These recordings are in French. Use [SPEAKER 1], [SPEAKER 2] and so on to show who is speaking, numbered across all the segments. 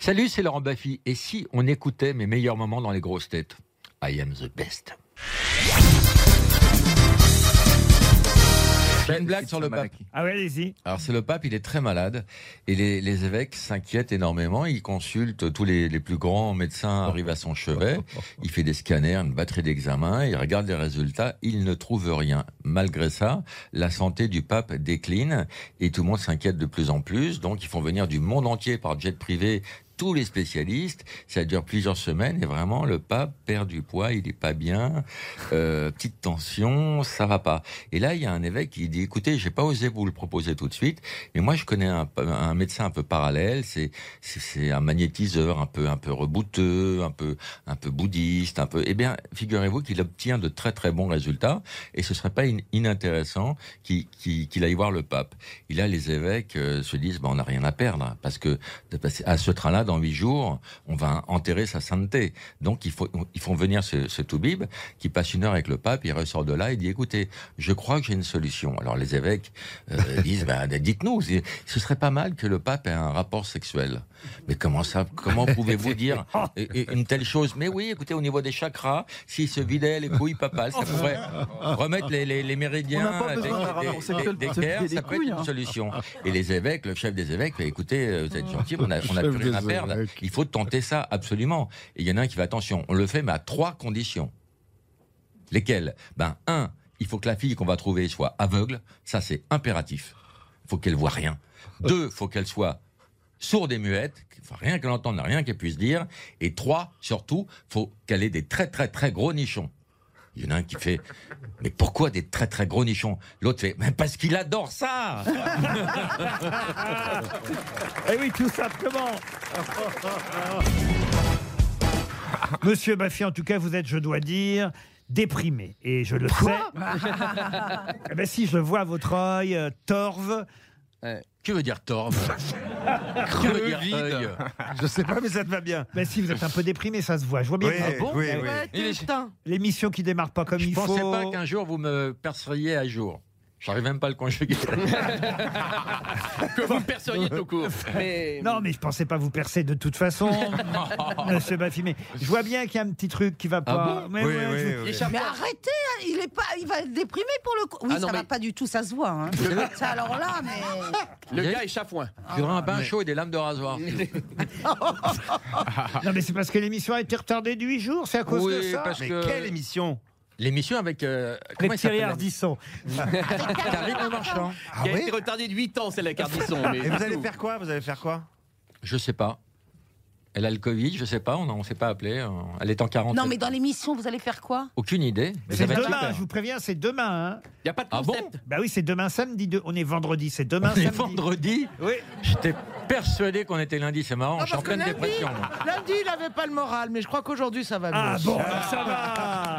[SPEAKER 1] Salut, c'est Laurent Baffy. Et si on écoutait mes meilleurs moments dans les grosses têtes I am the best. J'ai une blague sur le pape.
[SPEAKER 2] Ah ouais, allez-y.
[SPEAKER 1] Alors c'est le pape, il est très malade et les, les évêques s'inquiètent énormément. Ils consultent tous les, les plus grands médecins arrivent à son chevet. Il fait des scanners, une batterie d'examens, il regarde les résultats, il ne trouve rien. Malgré ça, la santé du pape décline et tout le monde s'inquiète de plus en plus. Donc ils font venir du monde entier par jet privé tous les spécialistes. Ça dure plusieurs semaines et vraiment, le pape perd du poids, il n'est pas bien, euh, petite tension, ça va pas. Et là, il y a un évêque qui dit écoutez, j'ai pas osé vous le proposer tout de suite, mais moi, je connais un, un médecin un peu parallèle. C'est c'est- c'est un magnétiseur, un peu un peu rebouteux, un peu un peu bouddhiste, un peu. Eh bien, figurez-vous qu'il obtient de très très bons résultats et ce serait pas in- inintéressant qu'il qu'il- qu'il aille voir le pape. Et là, les évêques euh, se disent, ben, on n'a rien à perdre, parce que de passer à ce train-là, dans huit jours, on va enterrer sa sainteté. Donc, il faut, ils font venir ce, ce toubib qui passe une heure avec le pape, il ressort de là, il dit, écoutez, je crois que j'ai une solution. Alors, les évêques euh, disent, ben, dites-nous, c'est- ce serait pas mal que le pape ait un rapport sexuel. Mais comment ça, comment pouvez-vous dire et- et une telle chose Mais oui, écoutez, au niveau des chakras, s'il se vidait les couilles papales, ça pourrait remettre les, les- les méridiens
[SPEAKER 3] On n'a pas besoin d'un rapport
[SPEAKER 1] des- des-
[SPEAKER 3] sexuel
[SPEAKER 1] des-
[SPEAKER 3] pour se
[SPEAKER 1] d'équerre,
[SPEAKER 3] vider
[SPEAKER 1] ça
[SPEAKER 3] des
[SPEAKER 1] peut être
[SPEAKER 3] couilles,
[SPEAKER 1] une
[SPEAKER 3] hein.
[SPEAKER 1] solution. Et les évêques, le chef des évêques, fait, écoutez, euh, vous êtes gentils, on a, on a
[SPEAKER 4] Chef
[SPEAKER 1] plus rien
[SPEAKER 4] des
[SPEAKER 1] à perdre.
[SPEAKER 4] évêques.
[SPEAKER 1] Il faut tenter ça, absolument. Et il y en a un qui va, attention, on le fait, mais à trois conditions. Lesquelles Ben, un, il faut que la fille qu'on va trouver soit aveugle. Ça, c'est impératif. Il faut qu'elle voit rien. Deux, faut qu'elle soit sourde et muette. Faut rien qu'elle entende, rien qu'elle puisse dire. Et trois, surtout, faut qu'elle ait des très, très, très gros nichons. Il y en a un qui fait Mais pourquoi des très très gros nichons L'autre fait Mais parce qu'il adore ça
[SPEAKER 2] Eh oui, tout simplement. Monsieur Baffy, en tout cas, vous êtes, je dois dire, déprimé. Et je le sais. Eh ben, si je le vois à votre œil, euh, torve.
[SPEAKER 1] Que veut dire torve Que veut dire œil
[SPEAKER 5] Je sais pas, mais ça te va bien.
[SPEAKER 2] Ben, si vous êtes un peu déprimé, ça se voit. Je vois bien.
[SPEAKER 5] Oui,
[SPEAKER 2] que-
[SPEAKER 5] oui,
[SPEAKER 2] Eh
[SPEAKER 5] oui.
[SPEAKER 1] Il est
[SPEAKER 2] L'émission qui démarre pas comme
[SPEAKER 1] Je
[SPEAKER 2] il
[SPEAKER 1] pensais
[SPEAKER 2] faut.
[SPEAKER 1] pas qu'un jour vous me perceriez à jour. J'arrive même pas à le conjuguer.
[SPEAKER 6] que vous perceriez tout court. Mais...
[SPEAKER 2] Non, mais je pensais pas vous percer de toute façon, Monsieur Baffy. Mais je vois bien qu'il y a un petit truc qui va
[SPEAKER 1] Ah
[SPEAKER 2] pas. mais
[SPEAKER 5] Oui,
[SPEAKER 2] ouais, je-
[SPEAKER 5] oui, oui.
[SPEAKER 7] Mais arrêtez, hein, il est pas, il va être déprimé pour le coup. Oui,
[SPEAKER 6] Ah non,
[SPEAKER 7] ça va
[SPEAKER 6] mais-
[SPEAKER 7] pas du tout, ça se voit. hein. Ça, alors là, mais
[SPEAKER 6] Le
[SPEAKER 1] Mais-
[SPEAKER 6] gars est chafouin.
[SPEAKER 2] Ah,
[SPEAKER 1] Je voudrais un bain chaud et des lames de rasoir.
[SPEAKER 2] Non, mais c'est parce que l'émission a été retardée de 8 jours, c'est à cause de
[SPEAKER 1] oui,
[SPEAKER 2] ça.
[SPEAKER 1] parce
[SPEAKER 5] Mais
[SPEAKER 1] que
[SPEAKER 5] quelle émission
[SPEAKER 1] l'émission avec euh,
[SPEAKER 2] Les
[SPEAKER 1] comment il
[SPEAKER 2] Thierry
[SPEAKER 1] s'appelle
[SPEAKER 2] Ardisson.
[SPEAKER 1] Karine Le Marchand.
[SPEAKER 5] Ah
[SPEAKER 6] Il a
[SPEAKER 5] ouais
[SPEAKER 6] été retardé de 8 ans, c'est la cardisson. Mais
[SPEAKER 5] Et vous allez
[SPEAKER 6] tout.
[SPEAKER 5] faire quoi Vous allez faire quoi
[SPEAKER 1] Je sais pas. Elle a le Covid, je sais pas, on ne s'est pas appelé. euh, Elle est en quarantaine.
[SPEAKER 7] non, mais dans l'émission, vous allez faire quoi
[SPEAKER 1] Aucune idée. mais
[SPEAKER 2] C'est
[SPEAKER 1] ça va être
[SPEAKER 2] demain,
[SPEAKER 1] super.
[SPEAKER 2] je vous préviens, c'est demain. hein.
[SPEAKER 6] Il n'y a pas de
[SPEAKER 1] Ah bon
[SPEAKER 6] concept.
[SPEAKER 2] Bah oui, c'est demain samedi. deux- On est vendredi, c'est demain
[SPEAKER 1] On est
[SPEAKER 2] samedi.
[SPEAKER 1] vendredi.
[SPEAKER 2] Oui.
[SPEAKER 1] J'étais persuadé qu'on était lundi, c'est marrant, je suis en
[SPEAKER 8] parce que
[SPEAKER 1] pleine
[SPEAKER 8] lundi-
[SPEAKER 1] dépression. moi.
[SPEAKER 8] Lundi, il n'avait pas le moral, mais je crois qu'aujourd'hui, ça va mieux.
[SPEAKER 2] Ah bon, alors ça va.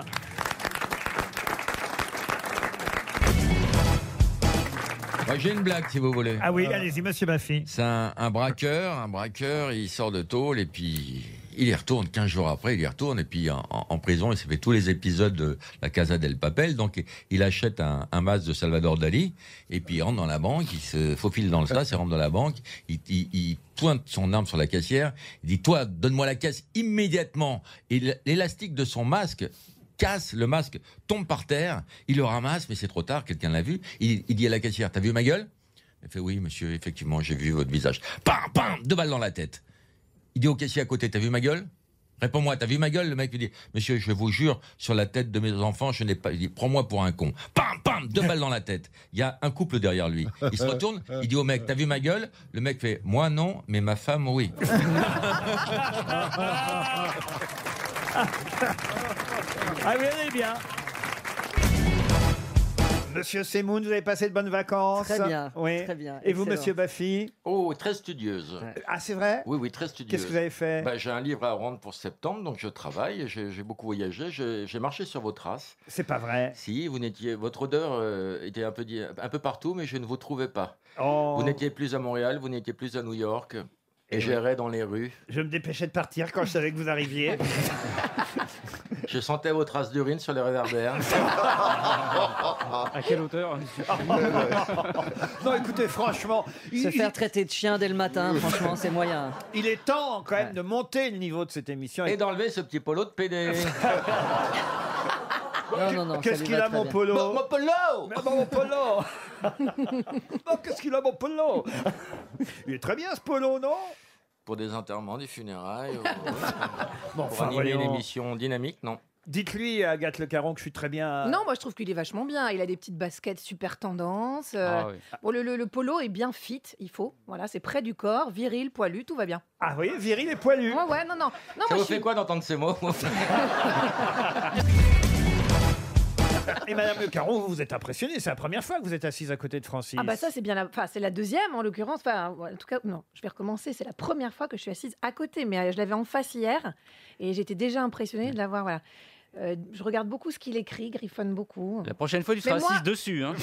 [SPEAKER 1] Moi, J'ai une blague si vous voulez.
[SPEAKER 2] Ah oui, allez-y, Monsieur Baffy.
[SPEAKER 1] C'est un, un braqueur, un braqueur, il sort de tôle et puis il y retourne 15 jours après, il y retourne et puis en, en- en prison, il s'est fait tous les épisodes de La Casa del Papel, donc il achète un, un masque de Salvador Dali et puis il rentre dans la banque, il se faufile dans le sas, il rentre dans la banque, il, il- il pointe son arme sur la caissière, il dit toi donne-moi la caisse immédiatement et l- l'élastique de son masque casse le masque, tombe par terre, il le ramasse, mais c'est trop tard, quelqu'un l'a vu, il, il dit à la caissière, t'as vu ma gueule elle fait oui, monsieur, effectivement, j'ai vu votre visage. Pam, pam, deux balles dans la tête. Il dit au caissier à côté, t'as vu ma gueule Réponds-moi, t'as vu ma gueule Le mec lui dit, monsieur, je vous jure, sur la tête de mes enfants, je n'ai pas. Il dit, prends-moi pour un con. Pam, pam, deux balles dans la tête. Il y a un couple derrière lui. Il se retourne, il dit au mec, t'as vu ma gueule Le mec fait, moi non, mais ma femme oui.
[SPEAKER 2] Ah oui, allez bien. Monsieur Semoun, vous avez passé de bonnes vacances.
[SPEAKER 9] Très bien,
[SPEAKER 2] Oui.
[SPEAKER 9] très bien,
[SPEAKER 2] Et vous,
[SPEAKER 9] excellent.
[SPEAKER 2] Monsieur Baffy
[SPEAKER 1] Oh, très studieuse.
[SPEAKER 2] Ah, c'est vrai
[SPEAKER 1] Oui, oui, très studieuse.
[SPEAKER 2] Qu'est-ce que vous avez fait
[SPEAKER 1] Bah, j'ai un livre à rendre pour septembre, donc je travaille, j'ai j'ai beaucoup voyagé, j'ai j'ai marché sur vos traces.
[SPEAKER 2] C'est pas vrai.
[SPEAKER 1] Si, vous n'étiez, votre odeur euh, était un peu, di- un peu partout, mais je ne vous trouvais pas.
[SPEAKER 2] Oh,
[SPEAKER 1] Vous n'étiez plus à Montréal, vous n'étiez plus à New York. Et j'errais dans les rues. Ah.
[SPEAKER 2] Je me dépêchais de partir quand je savais que vous arriviez.
[SPEAKER 1] Je sentais vos traces d'urine sur les réverbères.
[SPEAKER 6] À quelle hauteur hein,
[SPEAKER 2] Non, écoutez, franchement, il,
[SPEAKER 9] Se faire traiter de chien dès le matin, franchement, c'est moyen.
[SPEAKER 10] Bah,
[SPEAKER 2] il est temps quand même de monter le niveau de cette émission.
[SPEAKER 1] Et d'enlever ce petit polo de PD.
[SPEAKER 9] Non, non, non. ça
[SPEAKER 2] Qu'est-ce
[SPEAKER 9] lui
[SPEAKER 2] qu'il
[SPEAKER 9] va
[SPEAKER 2] a,
[SPEAKER 9] très
[SPEAKER 2] mon
[SPEAKER 9] bien.
[SPEAKER 2] polo Mon polo Mon polo Non, qu'est-ce qu'il a, mon polo Il est très bien, ce polo, non
[SPEAKER 1] Pour des enterrements, des funérailles.
[SPEAKER 2] Bon,
[SPEAKER 1] Pour animer une
[SPEAKER 2] voyons.
[SPEAKER 1] émission dynamique, non.
[SPEAKER 2] Dites-lui, Agathe Le Caron, que je suis très bien.
[SPEAKER 11] Non, moi je trouve qu'il est vachement bien. Il a des petites baskets super tendance. euh,
[SPEAKER 6] Ah oui.
[SPEAKER 11] bon, le, le- le polo est bien fit, il faut. Voilà, c'est près du corps, viril, poilu, tout va bien.
[SPEAKER 2] Ah, vous voyez, viril et poilu.
[SPEAKER 11] Ouais, ouais, non, non. Non,
[SPEAKER 1] Ça
[SPEAKER 11] moi, je
[SPEAKER 1] vous
[SPEAKER 11] suis-
[SPEAKER 1] fait quoi d'entendre ces mots
[SPEAKER 2] Et Madame Le Caron, vous, vous êtes impressionnée. C'est la première fois que vous êtes assise à côté de Francis.
[SPEAKER 11] Ah bah ça c'est bien la, enfin c'est la deuxième en l'occurrence, enfin en tout cas non, je vais recommencer, c'est la première fois que je suis assise à côté, mais euh, je l'avais en face hier et j'étais déjà impressionnée de l'avoir, voilà. Euh, je regarde beaucoup ce qu'il écrit, griffonne beaucoup.
[SPEAKER 6] La prochaine fois, tu
[SPEAKER 11] Mais
[SPEAKER 6] seras
[SPEAKER 11] moi-
[SPEAKER 6] assise dessus. Hein.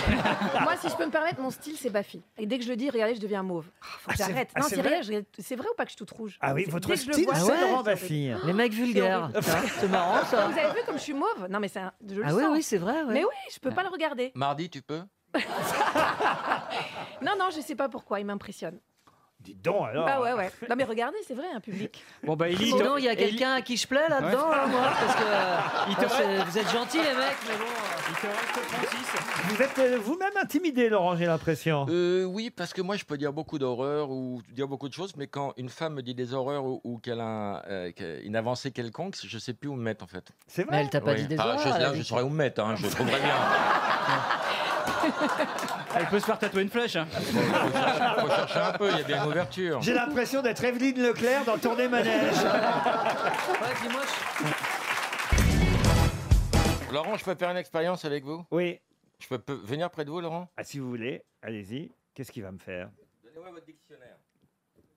[SPEAKER 11] Moi, si je peux me permettre, mon style, c'est Bafi. Et dès que je le dis, regardez, je deviens mauve. Ah, faut
[SPEAKER 2] Ah,
[SPEAKER 11] que
[SPEAKER 2] c'est-
[SPEAKER 11] j'arrête.
[SPEAKER 2] ah,
[SPEAKER 11] non,
[SPEAKER 2] c'est
[SPEAKER 11] c'est
[SPEAKER 2] vrai
[SPEAKER 11] vrai, je- c'est vrai ou pas que je suis toute rouge
[SPEAKER 2] Ah oui,
[SPEAKER 11] C'est-
[SPEAKER 2] votre
[SPEAKER 11] dès que je le
[SPEAKER 2] style,
[SPEAKER 11] vois,
[SPEAKER 2] c'est
[SPEAKER 11] ça me
[SPEAKER 2] Laurent
[SPEAKER 11] fait-
[SPEAKER 2] Baffy.
[SPEAKER 9] Les mecs vulgaires.
[SPEAKER 11] horrible.
[SPEAKER 9] ça, C'est marrant, ça.
[SPEAKER 11] Vous avez vu comme je suis mauve Non, mais c'est un. Je le
[SPEAKER 9] Ah oui,
[SPEAKER 11] sens.
[SPEAKER 9] oui, c'est vrai. ouais.
[SPEAKER 11] Mais oui, je peux pas le regarder.
[SPEAKER 1] Mardi, tu peux
[SPEAKER 11] Non, non, je sais pas pourquoi, il m'impressionne.
[SPEAKER 2] Dites donc, alors.
[SPEAKER 11] Bah ouais, ouais. Non, mais regardez, c'est vrai, un public.
[SPEAKER 6] Bon, bah, Élie,
[SPEAKER 9] Sinon,
[SPEAKER 6] t'as-
[SPEAKER 9] il y a
[SPEAKER 6] Élie,
[SPEAKER 9] quelqu'un à qui je plais là-dedans, là, moi, parce que euh,
[SPEAKER 6] Il te
[SPEAKER 9] bon, c'est- vous êtes gentils, les mecs, mais bon. euh.
[SPEAKER 6] Il te reste Francis.
[SPEAKER 2] Vous êtes euh, vous-même intimidé, Laurent, j'ai l'impression.
[SPEAKER 1] Euh, oui, parce que moi, je peux dire beaucoup d'horreurs ou dire beaucoup de choses, mais quand une femme me dit des horreurs ou, ou qu'elle a, un- euh, qu'elle a une avancée quelconque, je sais plus où me mettre en fait.
[SPEAKER 2] C'est
[SPEAKER 9] Mais
[SPEAKER 2] vrai
[SPEAKER 9] elle t'a pas
[SPEAKER 1] Oui.
[SPEAKER 9] dit des
[SPEAKER 1] Ah,
[SPEAKER 9] horreurs,
[SPEAKER 1] je,
[SPEAKER 9] elle
[SPEAKER 1] là,
[SPEAKER 9] a
[SPEAKER 1] je
[SPEAKER 9] dit-
[SPEAKER 1] saurais où me mettre, hein, je trouverais bien.
[SPEAKER 6] Elle peut se faire tatouer une flèche. hein.
[SPEAKER 1] Il faut chercher- faut chercher un peu, il y a bien une ouverture.
[SPEAKER 2] J'ai l'impression d'être Evelyne Leclerc dans Tournée Manège.
[SPEAKER 9] Ouais, puis moi, je-
[SPEAKER 1] Laurent, je peux faire une expérience avec vous
[SPEAKER 2] oui,
[SPEAKER 1] Je peux, peux venir près de vous, Laurent
[SPEAKER 2] ah, si vous voulez, allez-y. Qu'est-ce qu'il va me faire
[SPEAKER 1] Donnez-moi votre dictionnaire.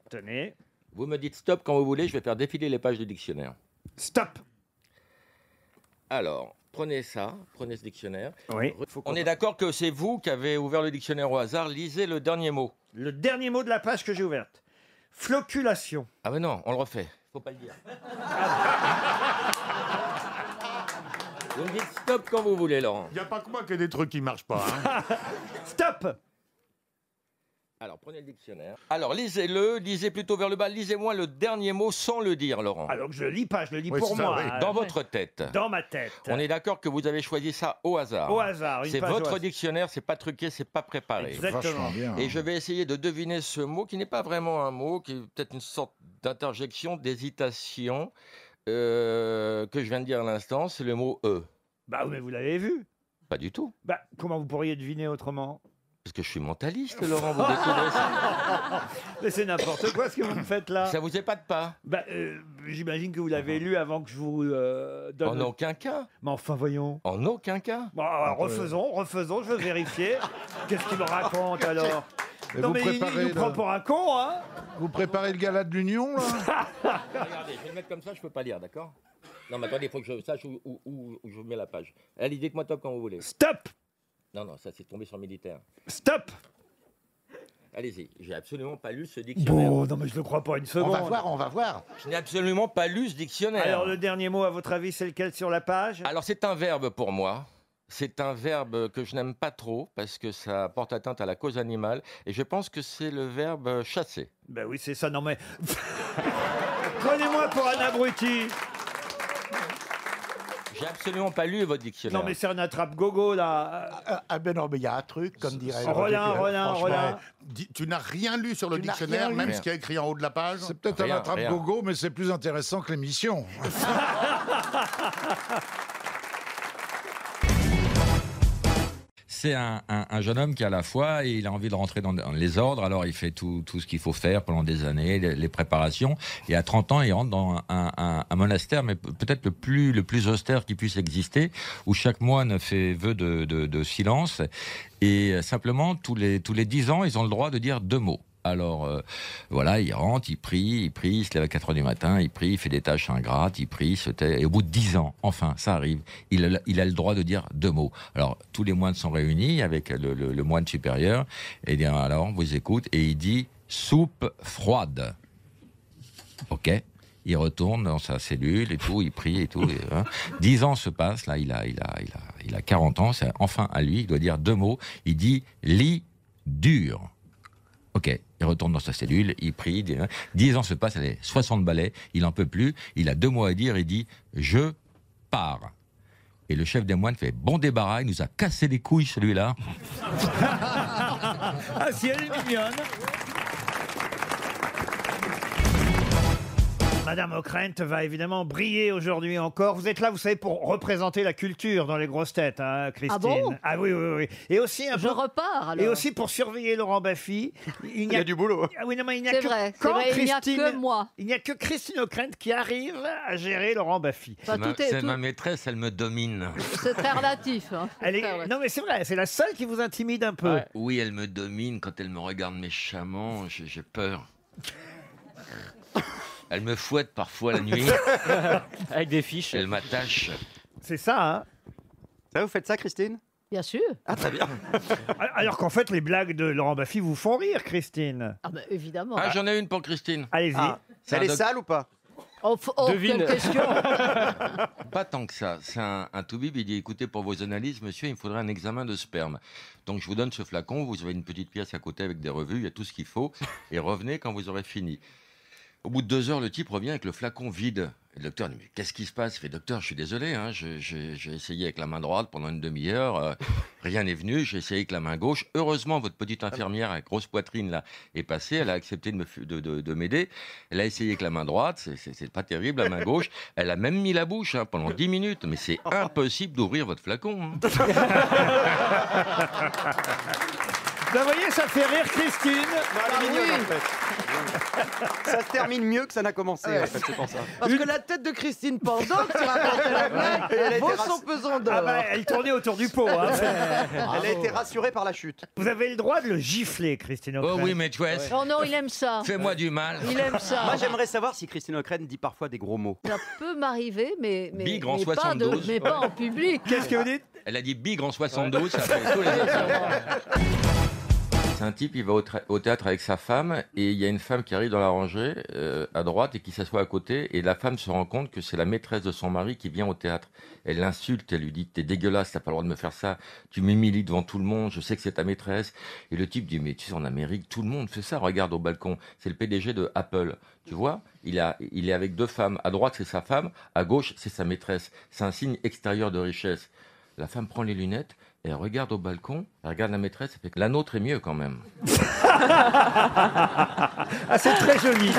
[SPEAKER 2] Tenez.
[SPEAKER 1] Vous me dites stop quand vous voulez, je vais faire défiler les pages du dictionnaire.
[SPEAKER 2] Stop
[SPEAKER 1] Alors, prenez ça, prenez ce dictionnaire.
[SPEAKER 2] Oui.
[SPEAKER 1] On est d'accord que c'est vous qui avez ouvert le dictionnaire au hasard, lisez le dernier mot.
[SPEAKER 2] Le dernier mot de la page que j'ai ouverte. Floculation.
[SPEAKER 1] Ah ben non, on le refait. Faut pas le dire. Vous me dites stop quand vous voulez, Laurent.
[SPEAKER 5] Il n'y a pas que moi qui ai des trucs qui marchent pas. hein.
[SPEAKER 2] Stop
[SPEAKER 1] Alors prenez le dictionnaire. Alors lisez-le, lisez plutôt vers le bas, lisez-moi le dernier mot sans le dire, Laurent.
[SPEAKER 2] Alors que Ah, je le lis pas, je le lis
[SPEAKER 5] Oui,
[SPEAKER 2] pour
[SPEAKER 5] c'est ça,
[SPEAKER 2] moi.
[SPEAKER 5] oui.
[SPEAKER 2] hein.
[SPEAKER 1] Dans votre tête.
[SPEAKER 2] Dans ma tête.
[SPEAKER 1] On est d'accord que vous avez choisi ça au hasard.
[SPEAKER 2] Au hasard. une
[SPEAKER 1] C'est
[SPEAKER 2] page au
[SPEAKER 1] votre
[SPEAKER 2] hasard.
[SPEAKER 1] dictionnaire, c'est pas truqué, c'est pas préparé.
[SPEAKER 2] Exactement.
[SPEAKER 5] bien.
[SPEAKER 1] Et je vais essayer de deviner ce mot qui n'est pas vraiment un mot, qui est peut-être une sorte d'interjection, d'hésitation euh, que je viens de dire à l'instant. C'est le mot E.
[SPEAKER 2] Bah oui, mais vous l'avez vu.
[SPEAKER 1] Pas du tout.
[SPEAKER 2] Bah, comment vous pourriez deviner autrement
[SPEAKER 1] Parce que je suis mentaliste, Laurent. Vous découvrez ça.
[SPEAKER 2] Mais c'est n'importe quoi ce que vous me faites là.
[SPEAKER 1] Ça vous épate pas
[SPEAKER 2] Bah, euh, j'imagine que vous l'avez lu avant que je vous euh, donne.
[SPEAKER 1] En
[SPEAKER 2] le-
[SPEAKER 1] aucun cas.
[SPEAKER 2] Mais enfin, voyons.
[SPEAKER 1] En aucun cas.
[SPEAKER 2] Bon, alors, refaisons, refaisons, je veux vérifier. Qu'est-ce qu'il me raconte alors
[SPEAKER 12] Mais
[SPEAKER 2] Non,
[SPEAKER 12] vous,
[SPEAKER 2] mais il, il
[SPEAKER 12] préparez
[SPEAKER 2] nous
[SPEAKER 12] le,
[SPEAKER 2] prend pour un con, hein
[SPEAKER 12] vous préparez le gala de l'Union, là
[SPEAKER 1] Regardez, je vais le mettre comme ça, je peux pas lire, d'accord Non, mais attendez, il faut que je sache où, où- où- où je mets la page. Allez, dites-moi top quand vous voulez.
[SPEAKER 2] Stop
[SPEAKER 1] Non, non, ça c'est tombé sur le militaire.
[SPEAKER 2] Stop
[SPEAKER 1] Allez-y, j'ai absolument pas lu ce dictionnaire.
[SPEAKER 2] Bon, non, mais je ne crois pas une
[SPEAKER 12] On
[SPEAKER 2] seconde.
[SPEAKER 12] va voir, euh, on va voir.
[SPEAKER 1] Je n'ai absolument pas lu ce dictionnaire.
[SPEAKER 2] Alors, le dernier mot, à votre avis, c'est lequel sur la page
[SPEAKER 1] Alors c'est un verbe pour moi. C'est un verbe que je n'aime pas trop parce que ça porte atteinte à la cause animale et je pense que c'est le verbe chasser.
[SPEAKER 2] Ben oui, c'est ça, non mais. Prenez-moi pour un abruti
[SPEAKER 1] J'ai absolument pas lu votre dictionnaire.
[SPEAKER 2] Non, mais c'est un attrape-gogo, là Euh,
[SPEAKER 12] Ah, ah, ben non, mais il y a un truc, comme dirait.
[SPEAKER 2] Roland,
[SPEAKER 12] Roger Pérez.
[SPEAKER 2] Roland,
[SPEAKER 12] Franchement,
[SPEAKER 2] Roland.
[SPEAKER 12] dis- Tu n'as rien lu sur le dictionnaire, même ce qui est écrit en haut de la page
[SPEAKER 5] C'est
[SPEAKER 12] peut-être
[SPEAKER 1] Rien, rien.
[SPEAKER 12] mais c'est plus intéressant que l'émission.
[SPEAKER 1] C'est un, un- un jeune homme qui a la foi et il a envie de rentrer dans, dans les ordres, alors il fait tout, tout ce qu'il faut faire pendant des années, les, les préparations, et à 30 ans, il rentre dans un, un- un monastère, mais pe- peut-être le plus, le plus austère qui puisse exister, où chaque moine fait vœu de, de- de silence, et euh, simplement, tous les, tous les 10 ans, ils ont le droit de dire deux mots. Alors euh, voilà, il rentre, il prie, il prie, il se lève à 4 heures du matin, il prie, il fait des tâches ingrates, il prie, il se tait. Et au bout de 10 ans, enfin, ça arrive, il a, il a le droit de dire deux mots. Alors tous les moines sont réunis avec le, le- le moine supérieur, et bien alors on vous écoute, et il dit soupe froide. Ok il retourne dans sa cellule et tout, il prie et tout. et, hein. Dix ans se passent, là, il a, il a, il a, il a 40 ans, c'est enfin à lui, il doit dire deux mots. Il dit lit dur. Ok, il retourne dans sa cellule, il prie. il dit, hein. Dix ans se passent, il a 60 balais, il en peut plus, il a deux mots à dire, il dit je pars. Et le chef des moines fait bon débarras, il nous a cassé les couilles celui-là.
[SPEAKER 2] Ah, si elle est mignonne. Madame O'Krent va évidemment briller aujourd'hui encore. Vous êtes là, vous savez, pour représenter la culture dans les grosses têtes, hein, Christine.
[SPEAKER 13] Ah bon
[SPEAKER 2] oui, oui, oui. Et aussi un
[SPEAKER 13] Je
[SPEAKER 2] peu-
[SPEAKER 13] repars, alors.
[SPEAKER 2] Et aussi pour surveiller Laurent Baffy. Il, y a du boulot. oui, non, mais il n'y a
[SPEAKER 13] C'est
[SPEAKER 2] que,
[SPEAKER 13] vrai, c'est
[SPEAKER 2] quand
[SPEAKER 13] vrai, il n'y a
[SPEAKER 2] Christine-
[SPEAKER 13] que moi.
[SPEAKER 2] Il n'y a que Christine O'Krent qui arrive à gérer Laurent Baffy.
[SPEAKER 13] Enfin, Bah, tout est-
[SPEAKER 1] C'est
[SPEAKER 13] tout-
[SPEAKER 1] ma maîtresse, elle me domine.
[SPEAKER 13] C'est très relatif. hein.
[SPEAKER 2] Elle est- Non, mais c'est vrai, c'est la seule qui vous intimide un peu.
[SPEAKER 1] Oui, elle me domine quand elle me regarde méchamment, j'ai j'ai peur. Elle me fouette parfois la nuit. Avec des fiches. Elle m'attache.
[SPEAKER 13] Ah.
[SPEAKER 2] C'est ça, hein
[SPEAKER 10] Ça, vous faites ça, Christine
[SPEAKER 13] Bien sûr.
[SPEAKER 10] Ah, très bien.
[SPEAKER 2] Alors qu'en fait, les blagues de Laurent Baffy vous font rire, Christine.
[SPEAKER 13] Ah bah, évidemment.
[SPEAKER 1] Ah, j'en ai une pour Christine.
[SPEAKER 2] Allez-y.
[SPEAKER 1] C'est un doc-
[SPEAKER 10] ou pas
[SPEAKER 13] Oh, f- oh, quelle question
[SPEAKER 1] Pas tant que ça. C'est un, un toubib. Il dit écoutez, pour vos analyses, monsieur, il me faudrait un examen de sperme. Donc, je vous donne ce flacon. Vous avez une petite pièce à côté avec des revues. Il y a tout ce qu'il faut. Et revenez quand vous aurez fini. Au bout de deux heures, le type revient avec le flacon vide. Et le docteur dit Mais qu'est-ce qui se passe Il fait Docteur, je suis désolé. hein, je- J'ai j'ai essayé avec la main droite pendant une demi-heure. euh, rien n'est venu. J'ai essayé avec la main gauche. Heureusement, votre petite infirmière à grosse poitrine là est passée. Elle a accepté de me f- de- de- de m'aider. Elle a essayé avec la main droite. c'est- C'est c'est pas terrible, la main gauche. Elle a même mis la bouche hein, pendant 10 minutes. Mais c'est impossible d'ouvrir votre flacon. hein.
[SPEAKER 2] Vous voyez, ça fait rire Christine.
[SPEAKER 10] Elle est mignonne, en fait. Ça se termine mieux que ça n'a commencé, en fait, c'est pour ça.
[SPEAKER 8] Parce que la tête de Christine Pendoc sur la blague,
[SPEAKER 10] Et elle a été
[SPEAKER 8] vaut son
[SPEAKER 10] rass-
[SPEAKER 8] pesant d'or.
[SPEAKER 2] Ah bah, elle tournait autour du pot. hein.
[SPEAKER 10] Elle a été rassurée par la chute.
[SPEAKER 2] Vous avez le droit de le gifler, Christine
[SPEAKER 1] Oh
[SPEAKER 2] O'Krent.
[SPEAKER 1] oui, maîtresse.
[SPEAKER 13] Oh non, il aime ça.
[SPEAKER 1] Fais-moi du mal.
[SPEAKER 13] Il aime ça.
[SPEAKER 10] Moi, j'aimerais savoir si Christine O'Krent dit parfois des gros mots.
[SPEAKER 13] Ça peut m'arriver, mais, mais,
[SPEAKER 1] Bigre en
[SPEAKER 13] mais pas de-
[SPEAKER 1] 72.
[SPEAKER 13] mais pas en public.
[SPEAKER 2] Qu'est-ce que vous dites
[SPEAKER 1] Elle a dit Bigre en 72. ça fait tous les C'est un type, il va au, tra- au théâtre avec sa femme et il y a une femme qui arrive dans la rangée euh, à droite et qui s'assoit à côté et la femme se rend compte que c'est la maîtresse de son mari qui vient au théâtre. Elle l'insulte, elle lui dit t'es dégueulasse, t'as pas le droit de me faire ça, tu m'humilies devant tout le monde, je sais que c'est ta maîtresse. Et le type dit mais tu sais en Amérique tout le monde fait ça, regarde au balcon, c'est le PDG de Apple, tu vois, il a il est avec deux femmes, à droite c'est sa femme, à gauche c'est sa maîtresse, c'est un signe extérieur de richesse. La femme prend les lunettes, elle regarde au balcon, elle regarde la maîtresse, elle fait la nôtre est mieux quand même.
[SPEAKER 2] Ah, c'est très joli.